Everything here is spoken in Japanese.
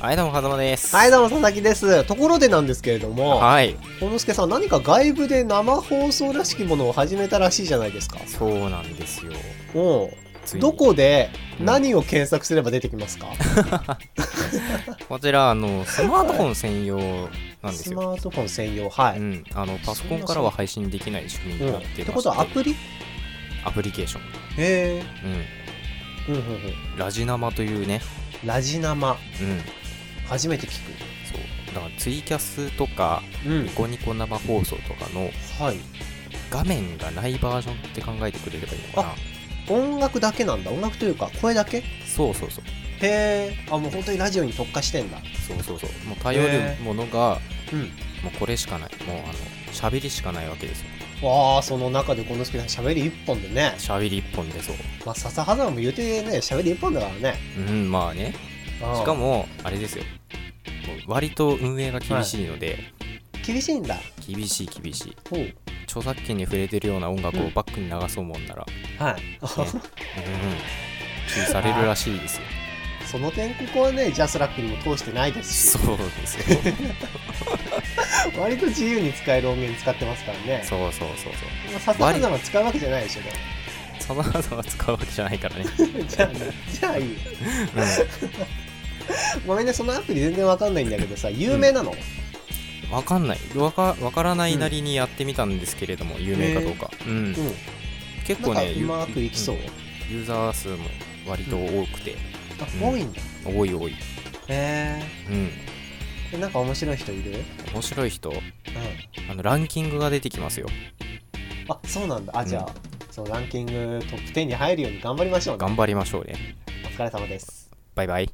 はい、どうも、風間です。はい、どうも、佐々木です。ところでなんですけれども、はい。小野助さん、何か外部で生放送らしきものを始めたらしいじゃないですか。そうなんですよ。うん。ついにどこでうん何を検索すれば出てきますか、こちら、あの、スマートフォン専用なんでスすよ。マートフォン専用、はうい。うんん、あのパソコンからは配信できない仕組みになっっててまこしてとはアプリアプリケーション、へうえ。うんうんうん。ん、ラジ生というね、ラジ生、うん、初めて聞そうだからツイキャスとかく。うんニ。コニコ生放送とかのはい。画面がないバージョンって考えてくれればいいのかなあ音楽だけなんだ。音楽というか、声だけへそうそうそうえ。あ、もう本当にラジオに特化してんだ。そうそうそうもう頼るものがうん。もうこれしかないもうあの喋りしかないわけですよわあ、その中で小野助さん、喋り一本でね。喋り一本でそうまあ、笹原も言うてね、喋り一本だからね。うんまあねうんしかもあれですよもう割と運営が厳しいので、厳しいんだ厳しい厳しいほう著作権に触れてるような音楽うをんバックに流そうもんなら、はいうんうん注意されるらしいですよ その点ここはねジャスラックにも通してないですしそうですよ 割と自由に使える音源使ってますからねそうそうそうそうまあ笹原さんは使うわけじゃないでしょねさまざま使うわけじゃないからね、 じゃあねじゃあいいよごめんねそのアプリ全然わかんないんだけどさ有名なの、うん、わかんないわかわからないなりにやってみたんですけれども、有名かどうか、うんうん、結なん構かねうまくいきそう、んユーザー数も割と多くて、あうん多いんだ多い多い、へうん、えなんか面白い人いるうん面白い人あのランキングが出てきますよあそうなんだあんじゃあ、そのランキングトップ10に入るように頑張りましょうね頑張りましょうねお疲れ様ですバイバイ